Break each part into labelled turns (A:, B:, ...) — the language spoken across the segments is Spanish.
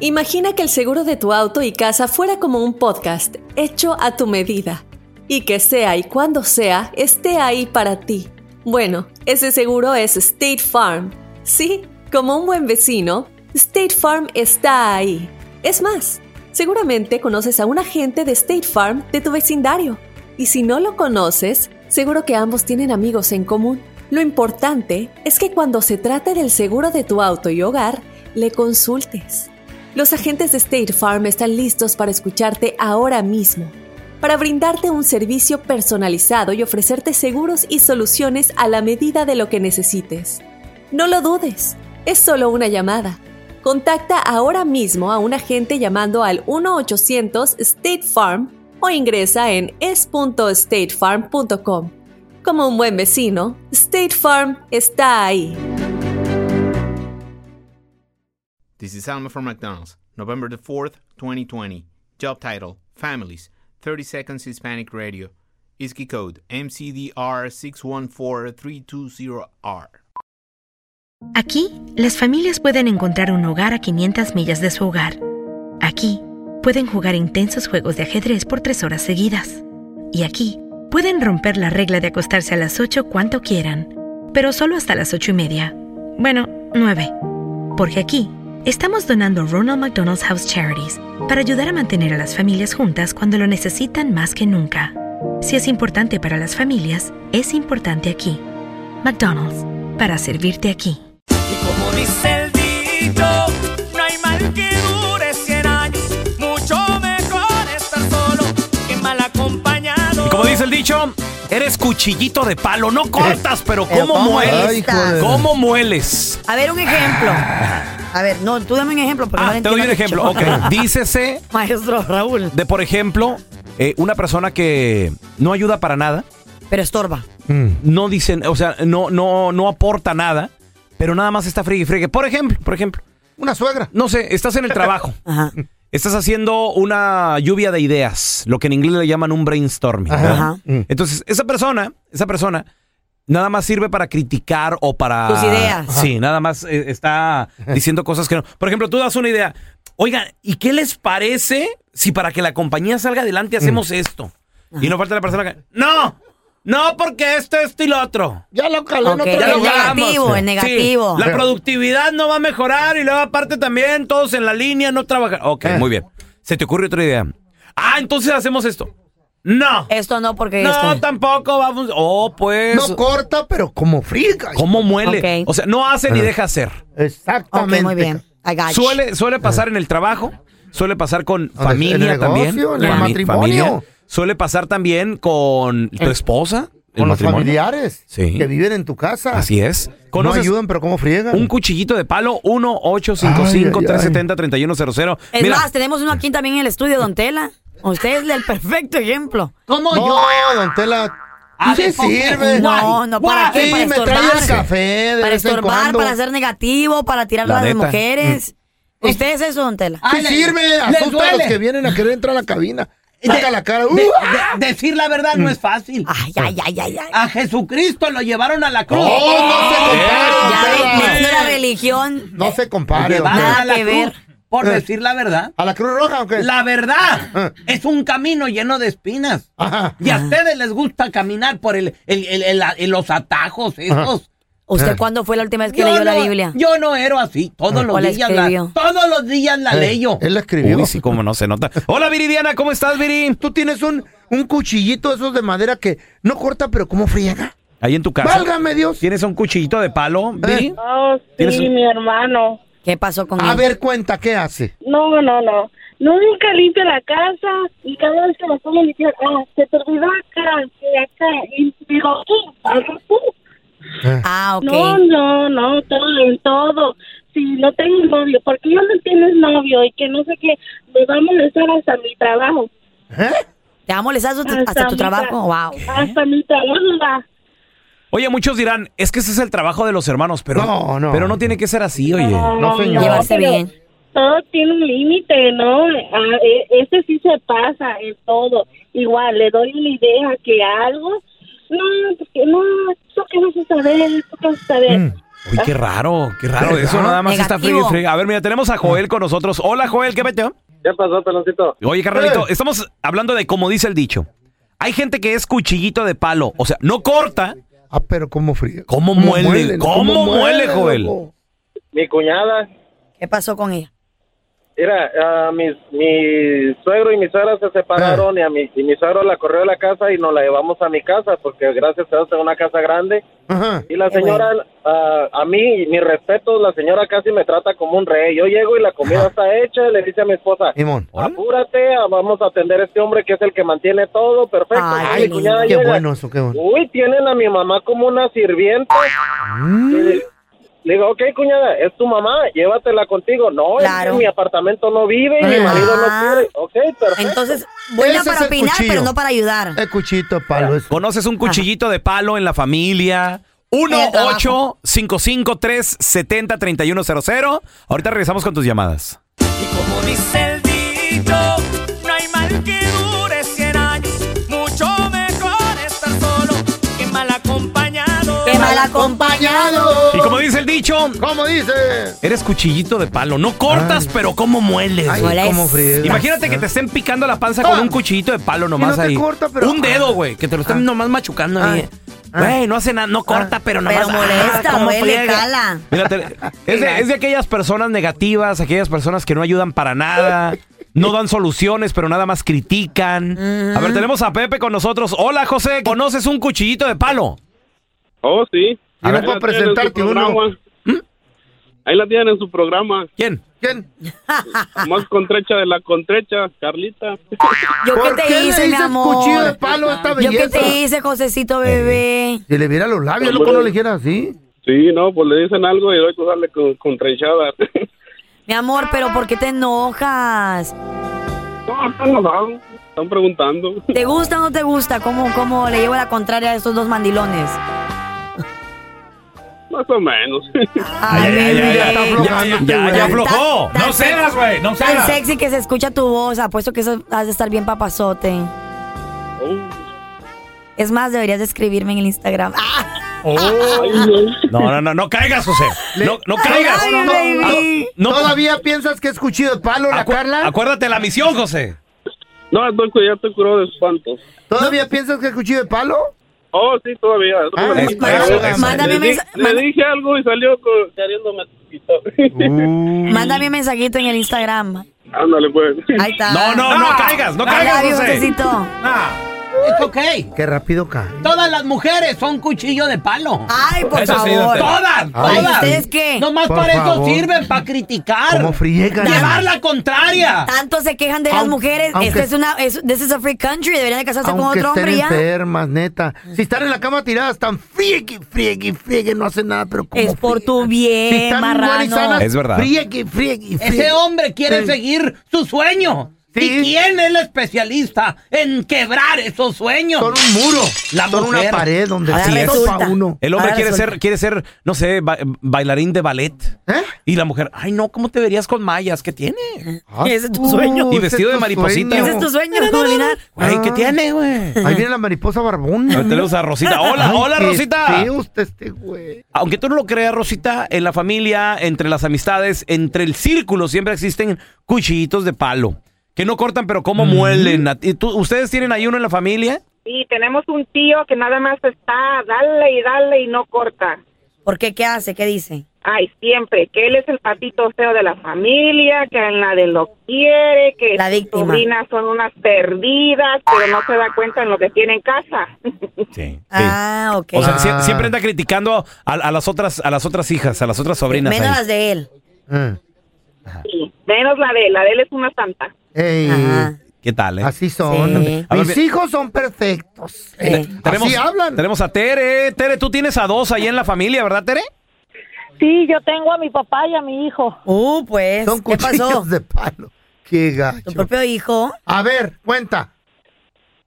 A: Imagina que el seguro de tu auto y casa fuera como un podcast hecho a tu medida y que sea y cuando sea esté ahí para ti. Bueno, ese seguro es State Farm. Sí, como un buen vecino, State Farm está ahí. Es más, seguramente conoces a un agente de State Farm de tu vecindario. Y si no lo conoces, seguro que ambos tienen amigos en común. Lo importante es que cuando se trate del seguro de tu auto y hogar, le consultes. Los agentes de State Farm están listos para escucharte ahora mismo, para brindarte un servicio personalizado y ofrecerte seguros y soluciones a la medida de lo que necesites. No lo dudes, es solo una llamada. Contacta ahora mismo a un agente llamando al 1-800 State Farm o ingresa en es.statefarm.com. Como un buen vecino, State Farm está ahí.
B: This is Alma from McDonald's, November the 4th, 2020. Job title Families, 30 Seconds Hispanic Radio. ISKI code MCDR614320R.
C: Aquí, las familias pueden encontrar un hogar a 500 millas de su hogar. Aquí, pueden jugar intensos juegos de ajedrez por tres horas seguidas. Y aquí, pueden romper la regla de acostarse a las 8 cuanto quieran, pero solo hasta las 8 y media. Bueno, 9. Porque aquí, Estamos donando Ronald McDonald's House Charities para ayudar a mantener a las familias juntas cuando lo necesitan más que nunca. Si es importante para las familias, es importante aquí. McDonald's, para servirte aquí.
D: Y como dice el dicho, no hay mal que dure 100 años. Mucho mejor estar solo que mal acompañado.
E: Y como dice el dicho, eres cuchillito de palo. No cortas, pero
F: pero
E: ¿cómo
F: ¿cómo
E: mueles?
F: Ay, hijo de-
E: ¿Cómo mueles?
F: A ver, un ejemplo. A ver, no, tú dame un ejemplo. Porque no
E: Ah,
F: le
E: Ah, te doy un
F: entiendo
E: ejemplo. Ok,
F: mucho.
E: dícese
F: Maestro Raúl,
E: de, por ejemplo, eh, una persona que no ayuda para nada,
F: pero estorba.
E: no dicen, o sea, no, no, no aporta nada, pero nada más está friegue y friegue. Por ejemplo, por ejemplo,
G: Una suegra.
E: no sé, estás en el trabajo.
F: Ajá.
E: Estás haciendo una lluvia de ideas, lo que en inglés le llaman un brainstorming.
G: Ajá.
E: ¿verdad?
F: Ajá.
E: Entonces, esa persona, esa persona nada más sirve para criticar o para
F: Tus ideas.
E: Sí, nada más eh, está diciendo cosas que no. Por ejemplo, tú das una idea. Oigan, ¿y qué les parece si para que la compañía salga adelante hacemos esto? Y no falta la persona que, "No, no porque esto esto y lo otro."
G: Ya lo calé
F: Ok,
G: en
E: Ya
G: otro
E: lo
F: el
G: lugar.
E: hablamos.
F: negativo, el negativo.
E: Sí, la productividad no va a mejorar y luego aparte también todos en la línea no trabajan. Ok,
G: Eh.
E: muy bien. ¿Se te ocurre otra idea? Ah, entonces hacemos esto. No.
F: Esto no, porque
E: No,
F: Eh, esto.
E: tampoco vamos. Oh, pues.
G: No corta, pero como friega.
E: ¿Cómo muele?
F: Ok.
E: O sea, no hace ni deja hacer.
G: Exactamente.
F: Ok, muy bien. I got you.
E: Suele, suele pasar en el trabajo, suele pasar con
G: Ah, el
E: familia
G: negocio,
E: también.
G: en el
E: Fami-
G: matrimonio.
E: Suele pasar también con tu esposa. el
G: Con los
E: matrimonio.
G: familiares
E: Sí.
G: que viven en tu casa.
E: Así es.
G: No
E: ¿Conoces
G: ayudan, pero cómo friegan.
E: un cuchillito de palo?
G: Ay,
E: 1-855-370-3100.
F: Es
E: Mira,
F: más, tenemos uno aquí también en el estudio, Don Tela. Usted es el perfecto ejemplo.
G: ¿Cómo no, don Tela.
E: A
G: ¿Qué
E: ver, ¿por qué?
G: sirve?
F: No, no, ¿para qué?
G: Sí,
F: Para
G: me trae
F: estorbar.
G: el café de
F: Para
G: vez en
F: estorbar,
G: cuando.
F: para ser negativo, para tirar
E: La
F: a las
E: neta.
F: mujeres.
G: Mm.
F: Usted es eso, Don Tela.
G: ¿Qué sirve? Asusta a los que vienen a querer entrar a la cabina. Saca la cara. ¡uh!
H: decir la verdad
G: Mm.
H: no es fácil.
F: Ay, ay, ay, ay, ay.
H: A Jesucristo lo llevaron a la cruz.
G: ¡Oh, no se compara, don
F: Ya
G: Tela!
F: ves, metió la religión.
G: No se compare. don
H: Llevaron
G: Tela.
F: Nada
H: a la
F: que
H: cruz
F: ver.
G: Eh.
H: por decir la verdad.
G: ¿A la Cruz Roja o qué?
H: La verdad
G: Eh.
H: es un camino lleno de espinas.
G: Ajá.
H: Y a ustedes les gusta caminar por el, el- el- el- el- los atajos
G: Ah.
H: esos.
F: ¿Usted cuándo fue la última vez que
H: Yo
F: leyó la
H: no-
F: Biblia?
H: Yo no era así. Todos
F: ¿O
H: los
F: la
H: días la,
F: escribió?
H: todos los días la
G: Eh,
H: leyo.
G: Él la escribió.
E: Uy, sí, cómo no se nota. Hola, Viridiana, ¿cómo estás, Viri?
G: Tú tienes un, un cuchillito de esos de madera que no corta, pero ¿cómo friega?
E: Ahí en tu casa.
G: ¡Válgame Eh. Dios!
E: ¿Tienes un cuchillito de palo, Viri?
I: Oh,
E: ¿Tienes
I: sí,
E: un-
I: mi hermano.
F: ¿Qué pasó con
G: A
F: él?
G: ver, cuenta, ¿qué hace?
I: No, no, no. Nunca limpia la casa y cada vez que la pongo le dicen, ah, se te olvidó acá, que acá, y digo, tú, algo tú.
F: Ah, ok.
I: No, no, no, todo, en todo. Si no tengo novio, porque yo no tienes novio y que no sé qué, me va a molestar hasta mi trabajo.
G: ¿Eh?
F: Te va a molestar hasta
J: Ah,
F: tu, hasta tu
I: mi
F: trabajo.
I: tra-
F: Wow.
I: Hasta mi trabajo va.
E: Oye, muchos dirán, es que ese es el trabajo de los hermanos, pero
G: No, no.
E: pero no tiene que ser así, oye.
G: No, señor.
F: Llevarse
I: pero
F: bien.
I: Todo tiene un límite, ¿no? Ah, e- Este sí se pasa en todo. Igual, le doy una pues
G: Mm.
I: idea que algo. No, porque no, tú qué vas a saber, tú qué vas a saber.
E: Uy, qué raro, qué raro
G: ¿Verdad?
E: eso, nada más está frío
F: Negativo.
E: y frío. A ver, mira, tenemos a Joel con nosotros. Hola, Joel, ¿qué metió?
J: ¿Qué pasó, peloncito?
E: Oye,
G: Eh.
E: carnalito, estamos hablando de como dice el dicho. Hay gente que es cuchillito de palo, o sea, no corta.
G: Ah, pero cómo frío.
E: ¿Cómo muele? ¿Cómo muele, Joel?
G: loco?
J: Mi cuñada,
F: ¿Qué pasó con ella?
J: mira, ah, mis, mi suegro y mi suegra se separaron y, a mi, y mi suegro la corrió de la casa y nos la llevamos a mi casa porque gracias a Dios es una casa grande.
G: Ajá.
J: Y la
F: Qué
J: señora, ah, a mí, mi respeto, la señora casi me trata como un rey. Yo llego y la comida
G: Ajá.
J: está hecha y le dice a mi esposa,
G: Simón.
E: Órale.
J: apúrate, ah, vamos a atender a este hombre que es el que mantiene todo, perfecto.
F: Ay,
J: Y mi cuñada
G: Qué
J: llega,
G: bueno eso, qué bueno.
J: Uy, tienen a mi mamá como una sirvienta.
G: Mm.
J: Y Le le digo, ok, cuñada, es tu mamá, llévatela contigo. No, es que
F: Claro.
J: en mi apartamento no vive y mi marido
F: Ah.
J: no quiere. Ok, perfecto.
F: Entonces, buena
G: Ese es
F: para
G: el
F: opinar,
G: cuchillo. Eh,
F: pero no para ayudar.
G: El cuchito palo es.
E: ¿Conoces un cuchillito de palo en la familia?
F: En el trabajo.
E: 1-855-370-3100. Ahorita regresamos con tus llamadas.
D: Y como dice el dicho, no hay mal que dure 100 años. Mucho mejor estar solo que mal acompañado.
F: ¡Qué mal acompañado!
E: Y como dice el dicho,
G: ¿Cómo dice?
E: eres cuchillito de palo. No cortas, pero como mueles.
G: Ay,
F: Huele.
G: cómo frío.
E: Imagínate que te estén picando la panza con
G: Ah.
E: un cuchillito de palo nomás
G: no te
E: ahí.
G: corta, pero-
E: un dedo, güey, que te lo están
G: Ah.
E: nomás machucando ahí.
G: Ah.
E: Güey, no hace nada, no corta, pero nomás. ah,
F: Pero molesta,
E: cómo
F: duele,
E: friega.
F: cala.
E: Mira, te- es, de, es de aquellas personas negativas, aquellas personas que no ayudan para nada, no dan soluciones, pero nada más critican. A ver, tenemos a Pepe con nosotros. Hola, José, ¿conoces un cuchillito de palo?
J: Oh, sí.
G: A ver, para presentarte uno. ¿Mm?
J: Ahí la tienen en su programa,
E: ¿Quién?
G: ¿Quién? Ah.
J: más contrecha de la contrecha, Carlita.
F: ¿Yo qué
G: ¿Por
F: te
G: qué le
F: hice, mi
G: dices cuchillo de
F: amor?
G: palo a esta
F: ¿Yo qué
G: belleza?
F: te hice, Josecito bebé?
G: Si le viera los labios, loco, no le dijera así.
J: Sí, no, pues le dicen algo y luego sale con, con trenchada.
F: Mi amor, pero ¿por qué te enojas?
J: no, están abajo, están preguntando.
F: ¿Te gusta o no te gusta? ¿Cómo, cómo le llevo la contraria a estos dos mandilones?
J: Más o menos.
F: Ay, bebé.
G: ya, está aflojando este
E: ya,
G: güey.
E: ya aflojó.
F: Tan- tan
E: No cedas,
F: sex-
E: güey, no
F: Tan
E: cedas.
F: sexy que se escucha tu voz. Apuesto que eso has de estar bien papazote.
J: Oh,
F: Es más, deberías de escribirme en el Instagram. ¡Ah!
E: Oh. No, no, no, no caigas, José. No, no caigas.
F: Ay,
E: No,
F: baby.
E: no, no,
G: ¿Todavía piensas que es cuchillo de palo la
E: acu-
G: Carla?
E: acuérdate la misión, José.
J: No, Doco, ya te curó de espantos.
G: ¿Todavía piensas que es cuchillo de palo?
J: Oh, sí, todavía.
G: Ah,
E: es-
F: Mándame-
E: eso, eso.
F: Mándame,
J: Le, di-
F: mensa-
J: le
F: manda-
J: dije algo y salió co- queriéndome.
E: Uh.
F: mándame un mensajito en el Instagram.
J: Ándale, pues.
F: Ahí está.
E: No, no,
G: Ah.
E: no caigas, no caigas,
F: Ay,
E: José.
F: Josecito.
E: Nah.
H: It's okay.
G: Qué rápido cae.
H: Todas las mujeres son cuchillo de palo.
F: Ay, por
E: Eso sí,
F: favor.
E: doctora.
H: Todas,
G: Ay,
H: todas.
F: ¿ustedes qué?
H: Nomás
G: Por
H: para
G: favor.
H: eso sirven, para criticar.
G: ¿Cómo friega?
H: Llevar la contraria.
F: Tanto se quejan de las
G: Aunque-
F: mujeres.
G: aunque-
F: este es una, es, this is a free country. Deberían de casarse con
G: Aunque
F: otro
G: estén
F: hombre ya.
G: enfermas, neta. Si están en la cama tiradas, están friegue, friegue, friegue, no hacen nada, pero como
F: Es por tu bien,
G: si están buenas y
F: marrano.
G: sanas,
E: Es verdad.
G: Friegue, friegue, friegue.
H: Ese hombre quiere
G: Sí.
H: seguir su sueño.
G: Sí.
H: ¿Y quién es el especialista en quebrar esos sueños?
G: Son un muro.
H: La
G: son
H: mujer.
G: una pared donde
F: Ahora
G: se
F: resulta.
G: topa uno.
E: El hombre
F: Ahora
E: quiere
F: resulta.
E: ser, quiere ser, no sé, ba- bailarín de ballet.
G: ¿Eh?
E: Y la mujer, ay no, ¿cómo te verías con mallas? ¿Qué tiene?
F: Ese es tu sueño.
E: Y
G: ese
E: vestido
G: es
E: de
G: tu
E: mariposita.
F: Ese es tu sueño, Molina.
E: Güey, ¿qué
G: Ah.
E: tiene, güey?
G: Ahí viene la mariposa barbón.
E: Ahorita tenemos a Rosita. Hola, hola,
G: Qué
E: Rosita.
G: feo está este güey.
E: Aunque tú no lo creas, Rosita, en la familia, entre las amistades, entre el círculo, siempre existen cuchillitos de palo. Que no cortan, pero cómo muelen. A ti- tú- ¿Ustedes tienen ahí uno en la familia?
I: Y tenemos un tío que nada más está, dale y dale y no corta.
F: ¿Por qué? ¿Qué hace? ¿Qué dice?
I: Ay, siempre, que él es el patito feo de la familia, que en la de lo quiere, que
F: La víctima.
I: sus sobrinas son unas perdidas, pero no se da cuenta en lo que tiene en casa.
E: Sí.
F: Ah, ok.
E: O sea, sie-
G: Ah.
E: siempre anda criticando a, a las otras, a las otras hijas, a las otras sobrinas.
F: Menos
E: ahí.
F: las de él.
G: Ah.
I: Sí, Menos la de él, la de él es una santa.
G: Ey,
F: Ajá.
E: ¿Qué tal, eh?
G: Así son.
F: Sí.
E: A ver,
G: Mis
E: vi-
G: hijos son perfectos.
F: Sí.
G: Eh, Así hablan.
E: Tenemos a Tere. Tere, tú tienes a dos ahí en la familia, ¿verdad, Tere?
I: Sí, yo tengo a mi papá y a mi hijo.
F: Uh, pues.
G: Son
F: ¿Qué
G: cuchillos
F: pasó?
G: de palo. Qué
F: Tu
G: gacho.
F: propio hijo.
G: A ver, cuenta.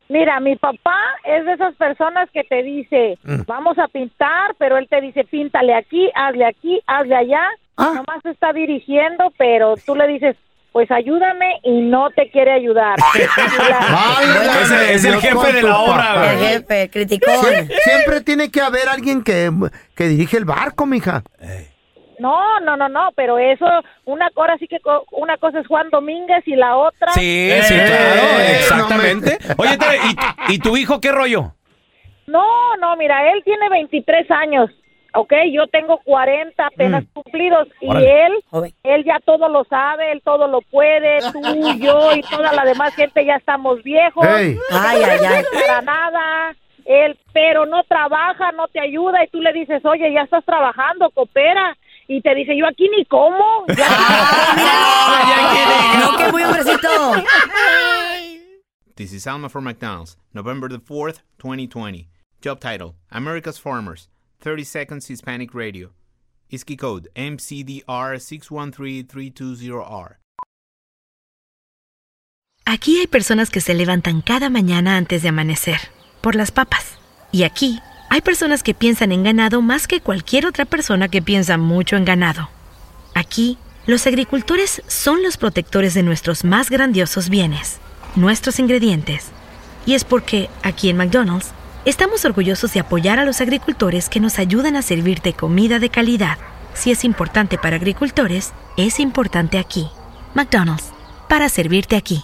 I: Mira, mi papá es de esas personas que te dice, vamos a pintar, pero él te dice, píntale aquí, hazle aquí, hazle allá.
G: Ah.
I: Nomás está dirigiendo, pero tú le dices,
F: pues ayúdame y no te quiere ayudar.
E: Es el- Ah, es el jefe de la obra, güey. El
G: jefe, criticó. siempre tiene que haber alguien que, que dirige el barco, mija.
F: No, no, no, no, pero eso, una cosa sí que co- una cosa es Juan Domínguez y la otra.
E: Sí, sí,
G: Eh,
E: claro, exactamente. Oye, Tere, ¿y, y tu hijo qué rollo?
F: No, no, mira, él tiene 23 años, ¿ok? Yo tengo 40 apenas cumplidos y
E: Órale.
F: él, él ya todo lo sabe, él todo lo puede, tú, yo y toda la demás gente ya estamos viejos.
K: Ey. Ay, ay, ay.
F: Para nada. Él, pero no trabaja, no te ayuda y tú le dices, oye, ya estás trabajando, coopera. Y te dice, yo aquí ni como.
J: No, que muy hombrecito.
B: This is Alma for McDonald's, November the 4th, 2020. Job title America's Farmers, 30 Seconds Hispanic Radio. ISKI code MCDR613320R.
C: Aquí hay personas que se levantan cada mañana antes de amanecer, por las papas. Y aquí hay personas que piensan en ganado más que cualquier otra persona que piensa mucho en ganado. Aquí, los agricultores son los protectores de nuestros más grandiosos bienes, nuestros ingredientes. Y es porque, aquí en McDonald's, estamos orgullosos de apoyar a los agricultores que nos ayudan a servirte comida de calidad. Si es importante para agricultores, es importante aquí. McDonald's, para servirte aquí.